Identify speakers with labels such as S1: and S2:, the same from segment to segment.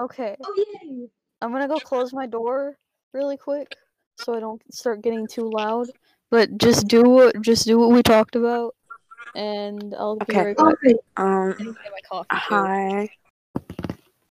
S1: Okay,
S2: Oh yay!
S1: I'm gonna go close my door really quick so I don't start getting too loud. But just do what just do what we talked about, and I'll be
S3: Okay.
S1: right back.
S2: Okay.
S1: I
S3: Um,
S1: need to get my coffee. too.
S3: hi.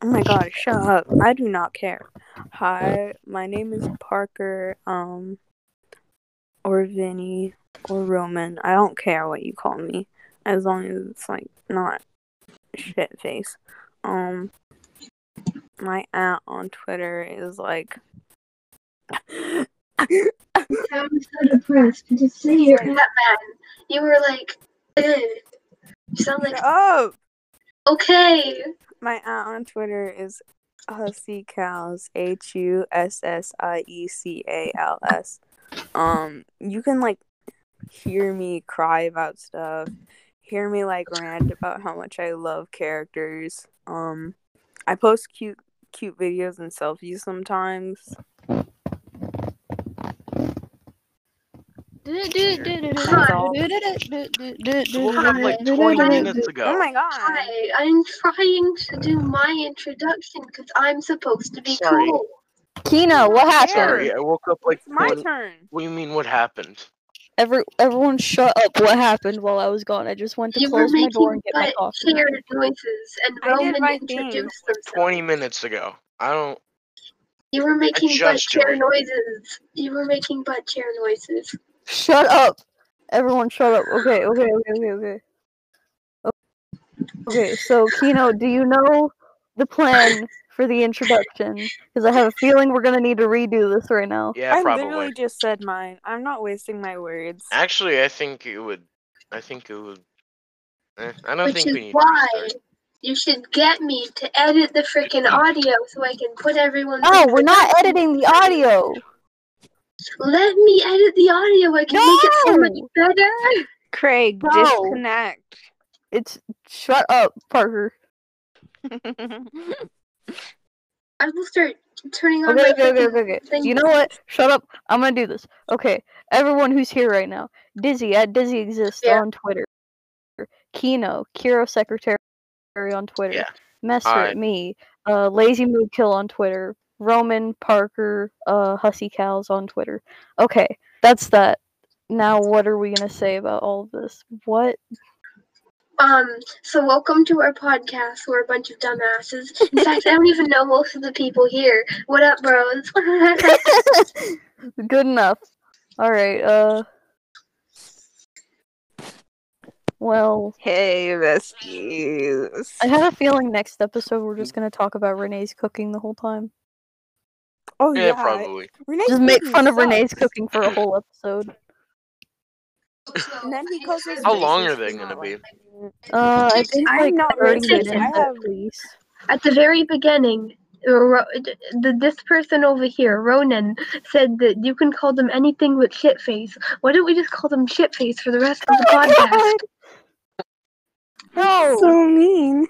S3: Oh my god, shut up. I do not care. Hi, my name is Parker, um, or Vinny, or Roman. I don't care what you call me, as long as it's, like, not shit face. Um, my aunt on Twitter is like,
S2: You sound so depressed. Did you see your Batman? You were like, Ugh. You sound like,
S3: oh,
S2: okay.
S3: My aunt on Twitter is Hussy Cows, H U S S I E C A L S. Um, you can like hear me cry about stuff, hear me like rant about how much I love characters. Um, I post cute, cute videos and selfies sometimes.
S4: Woke up like 20 minutes
S3: Oh
S4: ago.
S3: my god!
S2: Hi, I'm trying to do my introduction because I'm supposed to be
S4: Sorry.
S2: cool.
S1: Kina, what happened?
S4: Sorry, I woke up like
S3: It's my
S4: 20
S3: turn.
S4: What do you mean? What happened?
S1: Every everyone, shut up! What happened while I was gone? I just went to
S2: You were
S1: close my door
S2: making
S1: and get my
S2: butt
S1: coffee.
S2: chair noises, and
S3: I did
S2: Roman
S3: my
S2: introduced themselves.
S4: Twenty minutes ago. I don't.
S2: You were making butt
S4: just
S2: chair
S4: joined.
S2: noises. You were making butt chair noises.
S1: Shut up! Everyone, shut up. Okay, okay, okay, okay, okay. O- Okay, so Kino, do you know the plan for the introduction? Because I have a feeling we're gonna need to redo this right now.
S4: Yeah,
S3: I
S4: probably.
S3: literally just said mine. I'm not wasting my words.
S4: Actually, I think it would. I think it would. eh, I don't
S2: Which
S4: think we
S2: is
S4: need.
S2: why
S4: To restart.
S2: you should get me to edit the freaking audio so I can put everyone's.
S1: Oh, we're not
S2: introduction.
S1: editing the audio.
S2: Let me edit the audio. I can make it so much
S1: No!
S2: better.
S3: Craig,
S1: No.
S3: disconnect.
S1: It's shut up, Parker.
S2: I will start turning on
S1: Okay,
S2: my
S1: okay, okay,
S2: freaking
S1: okay, okay.
S2: thing.
S1: You know what? Shut up. I'm gonna do this. Okay, everyone who's here right now, Dizzy at Dizzy exists
S2: Yeah.
S1: on Twitter. Kino, Kiro Secretary on Twitter.
S4: Yeah.
S1: Messer,
S4: Alright.
S1: me, uh, Lazy Mood Kill on Twitter, Roman Parker, uh, Hussy Cows on Twitter. Okay, that's that. Now, what are we gonna say about all of this? What?
S2: Um, so welcome to our podcast. We're a bunch of dumbasses. In fact, I don't even know most of the people here. What up, bros?
S1: Good enough. All right. Uh. Well,
S3: Hey, besties.
S1: I had a feeling next episode we're just gonna talk about Renee's cooking the whole time.
S3: Oh
S4: Yeah, eh, probably.
S3: Renee's
S1: Just make
S3: cooking
S1: fun of
S3: sucks.
S1: Renee's cooking for a whole episode.
S3: And then he calls us
S4: How long
S3: racist
S4: are they
S3: for
S4: gonna
S3: not
S4: be?
S3: liking it.
S1: Uh, I think
S3: I'm
S1: like
S3: not
S1: thirty
S2: racist,
S1: minutes
S2: I
S1: at
S3: have-
S1: least.
S2: At the very beginning, Ro- the, this person over here, Ronan, said that you can call them anything but shitface. Why don't we just call them shitface for the rest of the
S1: Oh
S2: podcast?
S1: No,
S3: So mean.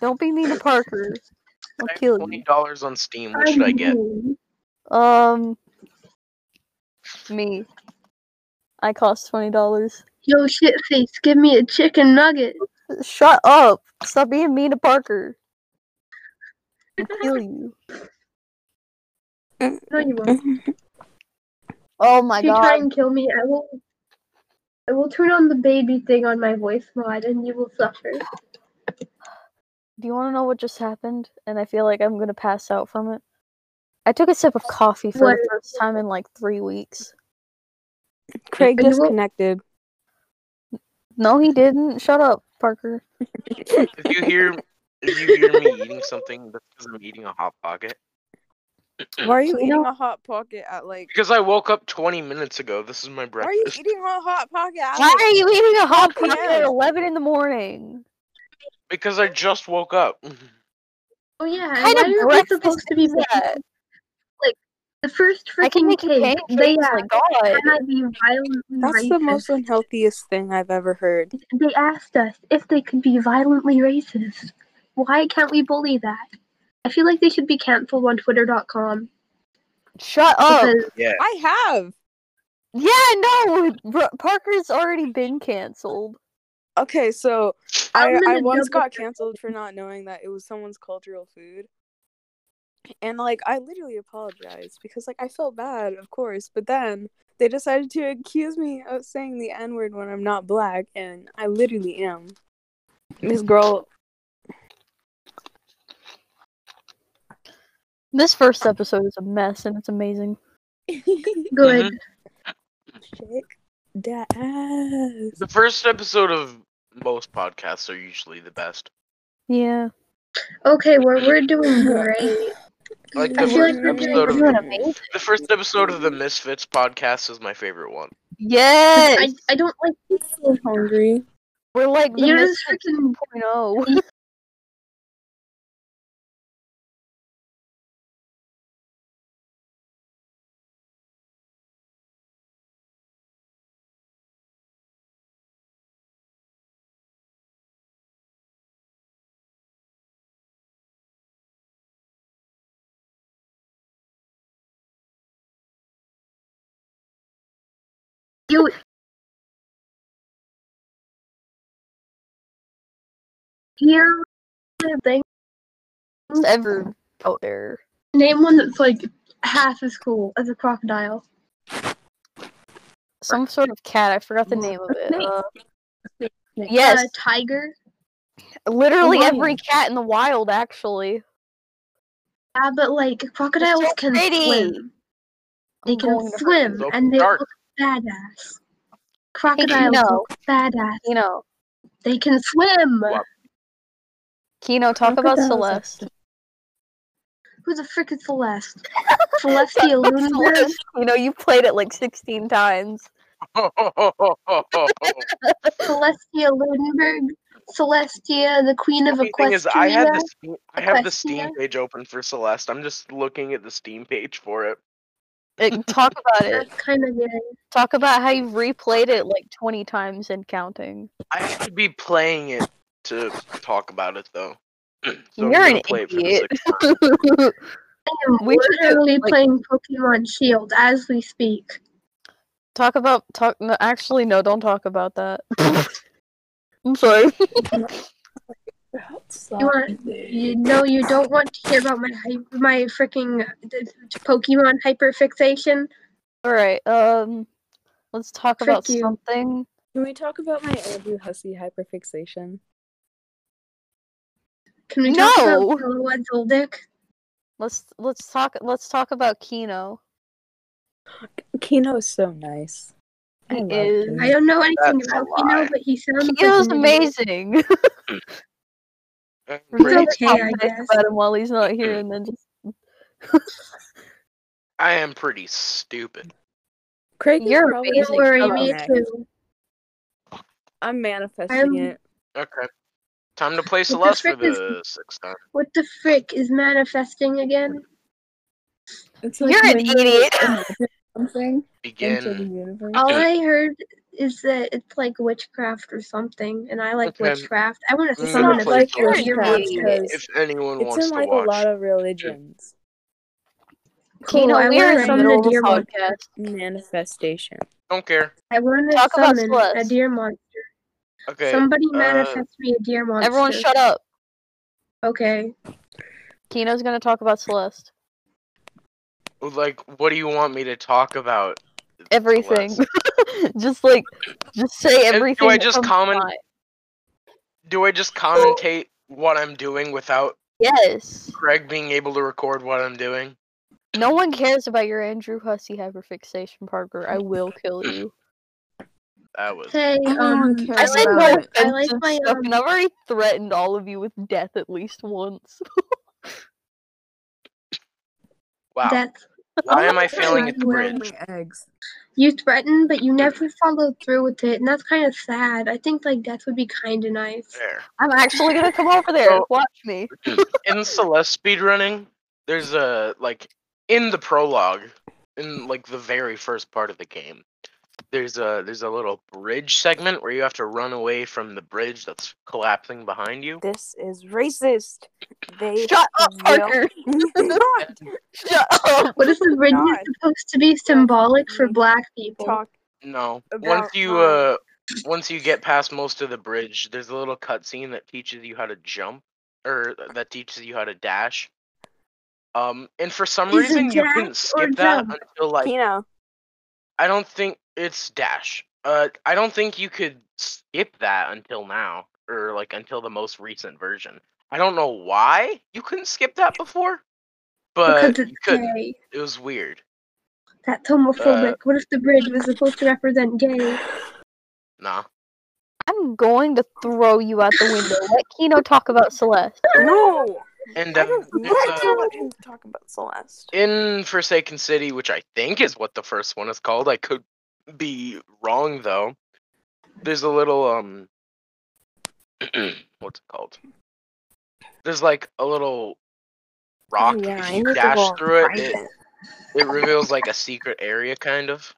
S1: don't be mean to Parker.
S4: I
S1: I'll
S4: have
S1: kill
S4: Twenty
S1: you.
S4: dollars on Steam. What should I get?
S1: Um, me. I cost twenty dollars.
S2: Yo, shitface, give me a chicken nugget.
S1: Shut up! Stop being mean to Parker. I'll kill you.
S2: No, you won't.
S1: Oh my
S2: if you try
S1: god!
S2: and kill me, I will. I will turn on the baby thing on my voice mod, and you will suffer.
S1: Do you want to know what just happened? And I feel like I'm gonna pass out from it. I took a sip of coffee for
S2: What?
S1: the first time in like three weeks.
S3: Craig
S2: And you won't-
S3: disconnected.
S1: No, he didn't. Shut up, Parker.
S4: If you hear, if you hear me eating something, that's because I'm eating a hot pocket.
S3: Why are you
S1: You
S3: eating
S1: know-
S3: a hot pocket at like?
S4: Because I woke up twenty minutes ago. This is my
S3: Why are you
S4: breakfast.
S3: eating a hot pocket at
S1: Why
S3: like?
S1: are you eating a hot pocket at
S3: Yeah.
S1: eleven in the morning?
S4: Because I just woke up.
S2: Oh yeah,
S1: kind
S2: why
S1: of
S2: are we
S1: breakfast
S2: supposed to be
S1: is that?
S2: making, like the first
S1: I can
S2: freaking
S1: make you
S2: cake?
S1: pancakes.
S2: They
S1: my
S2: asked,
S1: god.
S2: can I be violently
S3: That's
S2: racist?
S3: the most unhealthiest thing I've ever heard.
S2: They asked us if they could be violently racist. Why can't we bully that? I feel like they should be canceled on Twitter.com.
S1: Shut up.
S2: Because
S4: yeah.
S3: I have.
S1: Yeah, no, bro, Parker's already been canceled.
S3: Okay, so I,
S2: I'm
S3: I
S2: gonna
S3: once
S2: double
S3: got
S2: check.
S3: canceled for not knowing that it was someone's cultural food. And like I literally apologized because like I felt bad, of course, but then they decided to accuse me of saying the N word when I'm not black, and I literally am. This girl,
S1: This first episode is a mess and it's amazing.
S3: shake
S2: Good.
S4: Mhm.
S3: that ass.
S4: The first episode of most podcasts are usually the best.
S1: Yeah.
S2: Okay, well, we're doing great.
S4: Like
S2: I
S4: Mm-hmm. the
S2: feel like we're doing,
S4: first episode of
S2: we're doing
S4: the,
S2: amazing.
S4: the first episode of the Misfits podcast is my favorite one.
S1: Yes.
S2: I, I don't like
S3: I'm so hungry.
S1: We're like the oh.
S2: you're
S1: Misfits
S2: just freaking
S1: 2.0.
S2: you. Here, thing.
S1: It's ever out there.
S2: Name one that's like half as cool as a crocodile.
S1: Some sort of cat. I forgot the name of it.
S2: Snake.
S1: Uh, yes.
S2: A Uh, tiger,
S1: Literally
S3: lion.
S1: every cat in the wild, actually.
S2: yeah, but like crocodiles
S1: so
S2: can
S1: pretty.
S2: swim. They
S1: I'm going
S2: can
S1: to hurt
S2: swim
S4: those open
S2: and they
S4: dark.
S2: look badass. Crocodiles
S1: no.
S2: look badass.
S1: Kino.
S2: They can swim.
S4: Wow.
S1: Kino, talk about Celeste.
S2: Who the frick is Celeste? Celestia Lunenburg?
S1: Celeste. Kino, you played it like 16 times.
S2: Celestia Lunenburg? Celestia, the queen of
S4: Funny thing is, I have the
S2: Equestria?
S4: Steam- I have the Steam
S2: Equestria?
S4: page open for Celeste. I'm just looking at the Steam page for it.
S1: Uh, talk about it.
S2: That's kind of it.
S1: Talk about how you've replayed it like 20 times and counting.
S4: I have to be playing it to talk about it though. So I'm
S1: You're
S4: gonna
S1: an
S4: play it for the
S1: idiot.
S4: sixth-
S2: I am
S1: We should do,
S2: literally
S1: like-
S2: playing Pokemon Shield as we speak.
S1: talk about talk. No, actually, no, don't talk about that. I'm sorry.
S2: You
S1: Oh,
S2: want- You know you don't want to hear about my hy- my freaking Pokemon hyperfixation.
S1: All right. Um, let's talk about
S2: Frick you.
S1: something.
S3: Can we talk about my Andrew Hussey hyperfixation?
S2: Can we talk
S1: No.
S2: about Killua Zoldyck?
S1: Let's let's talk. Let's talk about Kino.
S3: Kino is so nice. I
S1: He
S3: love
S1: is.
S3: Kino.
S2: I don't know anything
S4: That's a
S2: about Kino,
S4: lie.
S2: but he sounds like
S1: Kino's
S2: an idiot.
S1: amazing.
S4: I'm uh,
S1: We're gonna
S4: pretty-
S2: okay,
S1: talk
S2: I
S1: nice
S2: guess.
S1: About him while he's not here, and then just
S4: I am pretty stupid.
S3: Craig is
S1: You're
S3: probably
S1: amazing.
S2: Don't
S3: like,
S2: worry,
S3: "Oh,
S2: me
S3: next."
S2: too.
S3: I'm manifesting
S2: I'm-
S3: it.
S4: Okay. Time to play
S2: the
S4: Celeste for
S2: frick is-
S4: the sixth time.
S2: What the frick is manifesting again?
S3: It's
S1: You're an
S3: when you
S1: idiot.
S3: imagine Something into the
S4: Begin.
S3: universe.
S2: All I heard is that it's like witchcraft or something, and I like
S4: Okay.
S2: witchcraft. I want to
S4: Mm. It's
S2: summon a
S4: not like
S2: freaking
S1: witchcraft,
S2: demon.
S3: because
S4: If anyone
S3: it's
S4: wants
S3: in like
S4: to watch,
S3: a lot of religions.
S2: Cool,
S1: Kino,
S2: I
S1: we are
S2: wanna
S1: in the
S2: summon
S1: middle
S2: a
S1: of a
S2: deer monster.
S1: podcast.
S3: Manifestation.
S4: don't care.
S2: I want to
S1: Talk about
S2: summon a
S1: Celeste.
S2: deer monster.
S4: Okay.
S2: Somebody
S4: uh,
S2: manifest me a deer monster.
S1: Everyone, shut up.
S2: Okay.
S1: Kino's gonna talk about Celeste.
S4: Like, what do you want me to talk about?
S1: Everything.
S4: Celeste?
S1: just like, just say
S4: do
S1: everything.
S4: I
S1: that
S4: just
S1: comes to
S4: comment?
S1: mind.
S4: Do I just commentate what I'm doing without
S1: Yes.
S4: Craig being able to record what I'm doing?
S1: No one cares about your Andrew Hussey hyperfixation, Parker. I will kill you.
S4: That was
S2: Hey, um,
S3: Everyone
S1: I
S3: cares
S1: said
S3: love
S1: no
S3: it.
S2: I like
S1: offensive
S2: my,
S1: stuff, and
S2: um,
S1: I've already threatened all of you with death at least once.
S4: wow.
S2: That's
S4: Why am I
S2: that's
S4: failing
S2: my
S4: at the
S2: word.
S4: bridge?
S3: Eggs.
S2: you threatened, but you never followed through with it, and that's kind of sad. I think like death would be kind of nice.
S4: There.
S1: I'm actually gonna come over there.
S4: So-
S1: Watch me.
S4: in Celeste speedrunning, there's a like in the prologue, in like the very first part of the game, there's a there's a little bridge segment where you have to run away from the bridge that's collapsing behind you.
S3: This is racist. They
S1: Shut up, Parker.
S3: will not
S1: Shut up.
S2: What is the ring
S3: God.
S2: supposed to be symbolic for
S3: Mhm.
S2: black people?
S3: talk
S4: No.
S3: About
S4: once you
S3: mine.
S4: uh once you get past most of the bridge, there's a little cutscene that teaches you how to jump or that teaches you how to dash. Um, and for some
S2: Is it
S4: reason you
S2: dash
S4: couldn't skip
S2: or
S4: that
S2: jump?
S4: until like
S3: Kino.
S4: I don't think it's dash. Uh, I don't think you could skip that until now, or like until the most recent version. I don't know why you couldn't skip that before, but
S2: because
S4: you
S2: it's
S4: could. not
S2: gay.
S4: It was weird.
S2: That's
S4: Uh,
S2: homophobic. what if the bridge was supposed to represent gay?
S4: Nah.
S1: I'm going to throw you out the window. Let Kino talk about Celeste.
S3: No.
S4: And
S3: I
S4: um,
S3: don't
S4: it's, uh,
S3: want him to talk about Celeste.
S4: in Forsaken City, which I think is what the first one is called. I could be wrong though. There's a little um what's it called? There's like a little rock. if you dash through it, it, it reveals like a secret area kind of.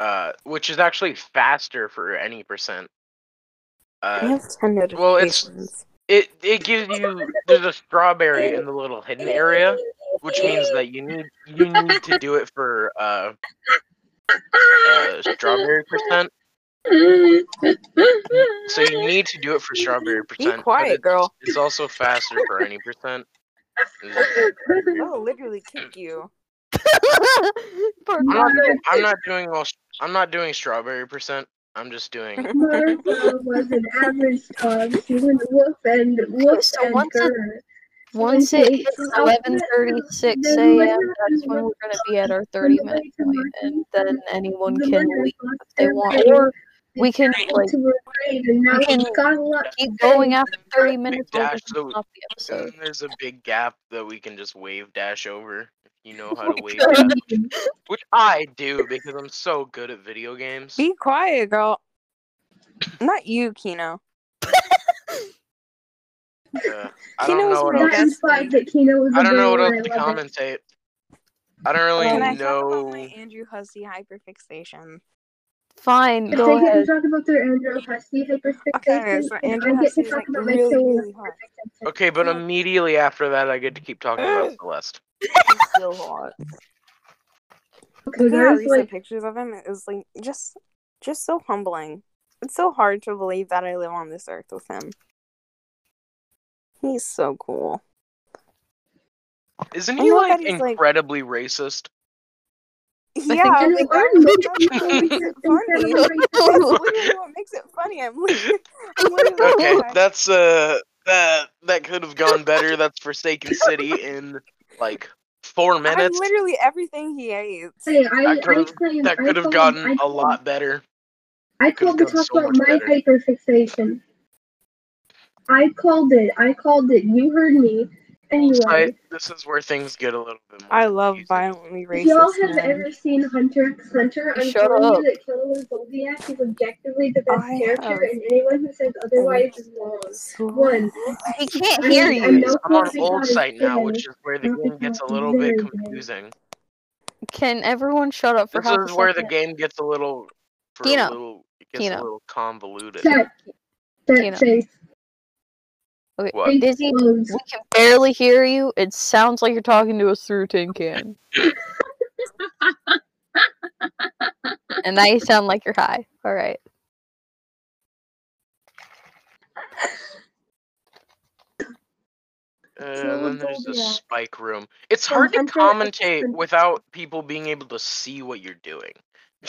S4: Uh which is actually faster for any percent. Uh
S3: have ten
S4: well, it's- it it gives you there's a strawberry in the little hidden area Uh, which means that you need you need to do it for uh, uh strawberry percent. So you need to do it for strawberry percent. but
S3: quiet,
S4: it's-
S3: girl.
S4: It's also faster for any percent.
S3: I'll literally kick you.
S1: Poor
S4: I'm
S1: girl.
S4: not, I'm not doing all. I'm not doing strawberry percent. I'm just doing.
S2: Martha was an average dog. She went woof and woof
S1: So
S2: and
S1: once it-
S2: her.
S1: Once it hits 11:36 a.m., that's when we're gonna be at our 30 minute point, and then anyone can leave if they want, or we can like
S2: to her grave and now
S1: we can
S2: she's got a lot to
S1: keep
S2: say.
S1: going after 30 minutes. Or we
S4: dash, so-
S1: can stop the
S4: And
S1: episode.
S4: there's a big gap that we can just wave dash over if you know how to wave,
S1: God.
S4: which I do because I'm so good at video games.
S3: Be quiet, girl. Not you, Kino.
S4: Uh, I
S3: Kino
S4: don't
S3: was
S4: know what
S3: my
S4: else.
S2: That
S3: best
S2: implies that Kino was a
S4: I don't know what
S2: girl
S4: else
S2: and
S4: to
S2: I love it.
S4: commentate. I don't really
S3: Can I talk
S4: know.
S3: about my Andrew Hussey hyperfixation?
S1: Fine,
S2: If
S1: go
S2: they get to
S1: ahead.
S2: talk about their Andrew Hussey hyperfixation,
S3: Okay, so
S2: and
S3: Andrew
S2: I get
S3: Hussey
S2: to
S3: is
S2: talk
S3: like
S2: about my
S3: really,
S2: Philly
S3: really hot.
S2: hyperfixation.
S4: Okay, but
S3: Ugh.
S4: immediately after that, I get to keep talking about
S3: Ugh.
S4: Celeste.
S3: He's so hot.
S2: Okay,
S3: Looking at
S2: that is
S3: recent
S2: like
S3: pictures of him is like just, just so humbling. It's so hard to believe that I live on this earth with him. He's so cool.
S4: Isn't
S3: I
S4: he
S3: know
S4: like
S3: that he's, like-
S4: incredibly racist?
S3: Yeah,
S2: And
S3: like,
S2: it's
S3: that's,
S2: funny.
S3: that's what makes it funny. That's literally what makes it funny. I'm literally, I'm literally
S4: Okay,
S3: like,
S4: that's uh, that that could have gone better. That's Forsaken City in like four
S3: I'm
S4: minutes.
S3: literally everything he hates.
S2: Hey, I,
S4: That could've-
S2: I claim,
S4: That
S2: I
S4: could have
S2: claim- I
S4: gotten a
S2: claim-
S4: lot better.
S2: I called to
S4: could've done
S2: talk
S4: so
S2: about
S4: much
S2: my
S4: better.
S2: hyperfixation. I called it. I called it. You heard me. Anyway,
S4: I, this is where things get a little bit more.
S3: I love
S4: confusing.
S3: violently
S2: if y'all
S3: racist
S2: have
S3: men.
S2: ever seen Hunter x Hunter, I'm
S1: Shut
S2: telling
S1: up.
S2: you that Killer was Zodiac is objectively the best
S3: I
S2: character,
S3: have.
S2: and anyone who says otherwise is wrong. One,
S1: He can't
S2: I-
S1: hear
S2: I
S1: you.
S2: know
S4: I'm on
S2: Close to God
S4: old
S2: is
S4: site now,
S2: gay.
S4: which is where the
S2: Not
S4: game gets a
S2: because
S4: little
S2: very
S4: bit
S2: gay.
S4: confusing.
S1: Can everyone shut up for
S4: This
S1: half a
S4: is where the
S1: second?
S4: game gets a little, for a
S1: Kino.
S4: little, it gets
S1: Kino.
S4: a little convoluted.
S2: Set,
S1: You know.
S2: set face.
S1: Okay,
S4: What?
S2: Face
S1: Dizzy,
S2: closed.
S1: we can barely hear you. It sounds like you're talking to us through a tin can. and now you sound like you're high. All right.
S4: Uh,
S2: Well,
S4: then there's the
S2: Zodiac.
S4: spike room. It's
S2: From
S4: hard to
S2: Hunter x
S4: commentate
S2: Hunter.
S4: without people being able to see what you're doing.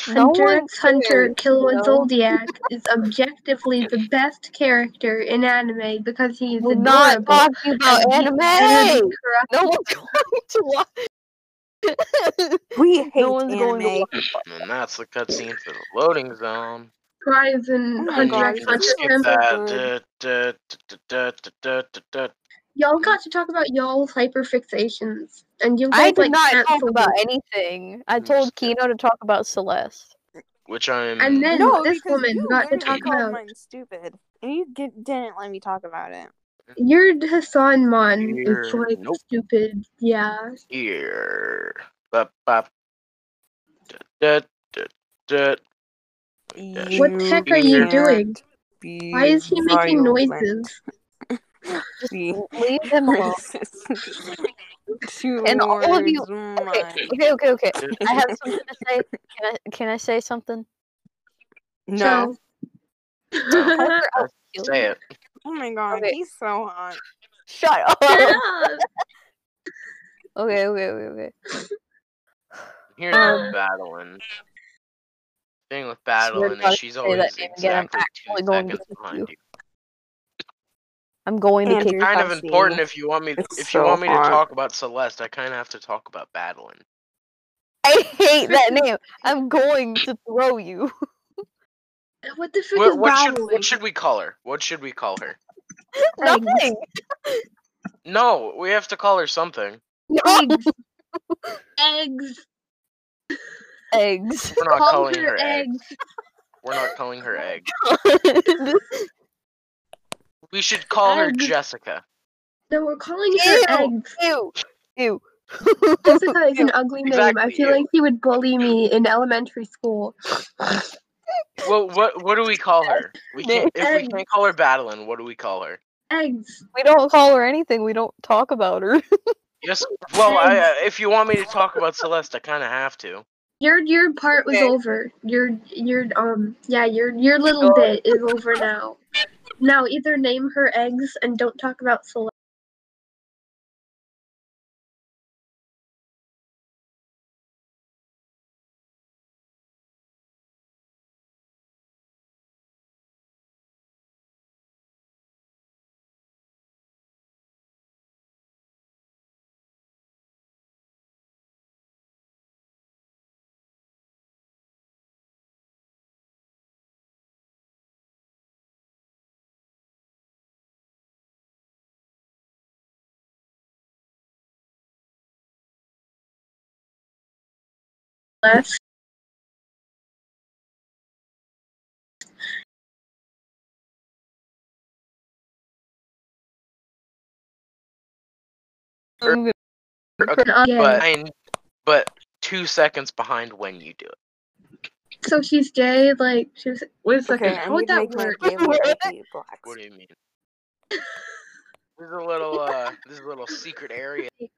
S1: No
S2: Hunter
S1: one
S2: x Hunter
S1: cares,
S2: Killua
S1: you know?
S2: Zoldiak is objectively the best character in anime because he is
S1: We're not
S2: adorable.
S1: talking about
S2: and deep energy
S1: anime.
S2: corrupt-
S1: No one's going to watch.
S3: We hate
S1: no one's going to
S3: anime.
S1: watch.
S4: And that's the cutscene for the loading zone.
S2: cries in
S3: Oh my
S4: And
S2: Hunter
S3: gosh,
S4: you
S2: x
S4: can
S3: this
S2: Hunter.
S3: is
S4: skip
S3: so
S2: Temp.
S4: that. Da, da, da, da, da, da, da, da.
S2: Y'all got to talk about y'all's hyperfixations, and you guys
S1: I did
S2: like Oh,
S1: not talk
S2: canceled
S1: about
S2: me.
S1: anything. I
S4: I'm
S1: told
S4: just kidding.
S1: Kino to talk about Celeste.
S4: Which I'm.
S2: And then
S3: No,
S2: this
S3: because
S2: woman
S3: you
S2: got to
S3: literally
S2: talk
S3: called
S2: about
S3: mine stupid, and you di- didn't let me talk about it.
S2: your Hassan Mon is
S4: Here.
S2: like
S4: Nope.
S2: stupid. Yeah,
S4: Here. Bop, bop. Da, da, da, da.
S2: What the heck are you
S4: Here.
S2: doing?
S3: doing?
S2: why is he making noises?
S1: Just leave him alone.
S3: and all of you.
S1: Okay, okay, okay, okay. I have something to say. Can I, can I say something?
S3: No.
S4: No.
S1: Parker, I'll kill you.
S4: Say it.
S3: Oh my god,
S1: Okay.
S3: he's so hot.
S1: Shut
S2: Shut
S1: up.
S2: up.
S1: Okay, okay, okay,
S4: Here's
S1: Um,
S4: the battling. Thing with battling
S1: God,
S4: is she's
S1: say that
S4: always
S1: name again, I'm
S4: exactly two
S1: actually going to
S4: seconds
S1: kick
S4: behind
S1: you.
S4: you.
S1: I'm going to kick
S3: Andrew.
S4: Kind of
S3: Fussy.
S4: important if you want me.
S3: It's
S4: if
S3: so
S4: you want me to
S3: hard.
S4: talk about Celeste, I kind of have to talk about battling.
S1: I hate that name. I'm going to throw you.
S2: What the frick is
S4: What, what should
S2: battling?
S4: what should we call her? What should we call her?
S2: Eggs.
S1: Nothing.
S4: No, we have to call her something.
S1: No.
S2: Eggs. eggs.
S1: Eggs.
S4: We're not
S2: Call
S4: calling
S2: her
S4: her egg.
S2: eggs.
S4: We're not calling her egg.
S1: This-
S4: We should call her
S2: Egg.
S4: Jessica.
S2: No, we're calling
S1: Ew.
S2: her eggs.
S1: Ew. Ew.
S2: Jessica is an ugly name. I
S4: Exactly,
S2: feel
S4: ew.
S2: like he would bully me in elementary school.
S4: Well, what what do we call her? We can't, if we
S2: Egg.
S4: can't call her Battling, what do we call her?
S2: Eggs.
S1: we don't call her anything. We don't talk about her.
S4: Yes. Well, I, uh, if you want me to talk about Celeste, I kind of have to.
S2: Your your part was
S1: Okay.
S2: over. Your your um yeah your your little
S1: God.
S2: bit is over now. Now either name her eggs and don't talk about Celeste.
S1: I'm gonna-
S2: Okay.
S4: But I, but two seconds behind when you do it.
S2: so she's Jay. Like she was. Wait a second.
S3: Okay, I
S2: How would
S3: need to
S2: that
S3: make my
S2: work?
S3: game look like the blacks.
S4: What do you mean? There's a little uh, there's a little secret area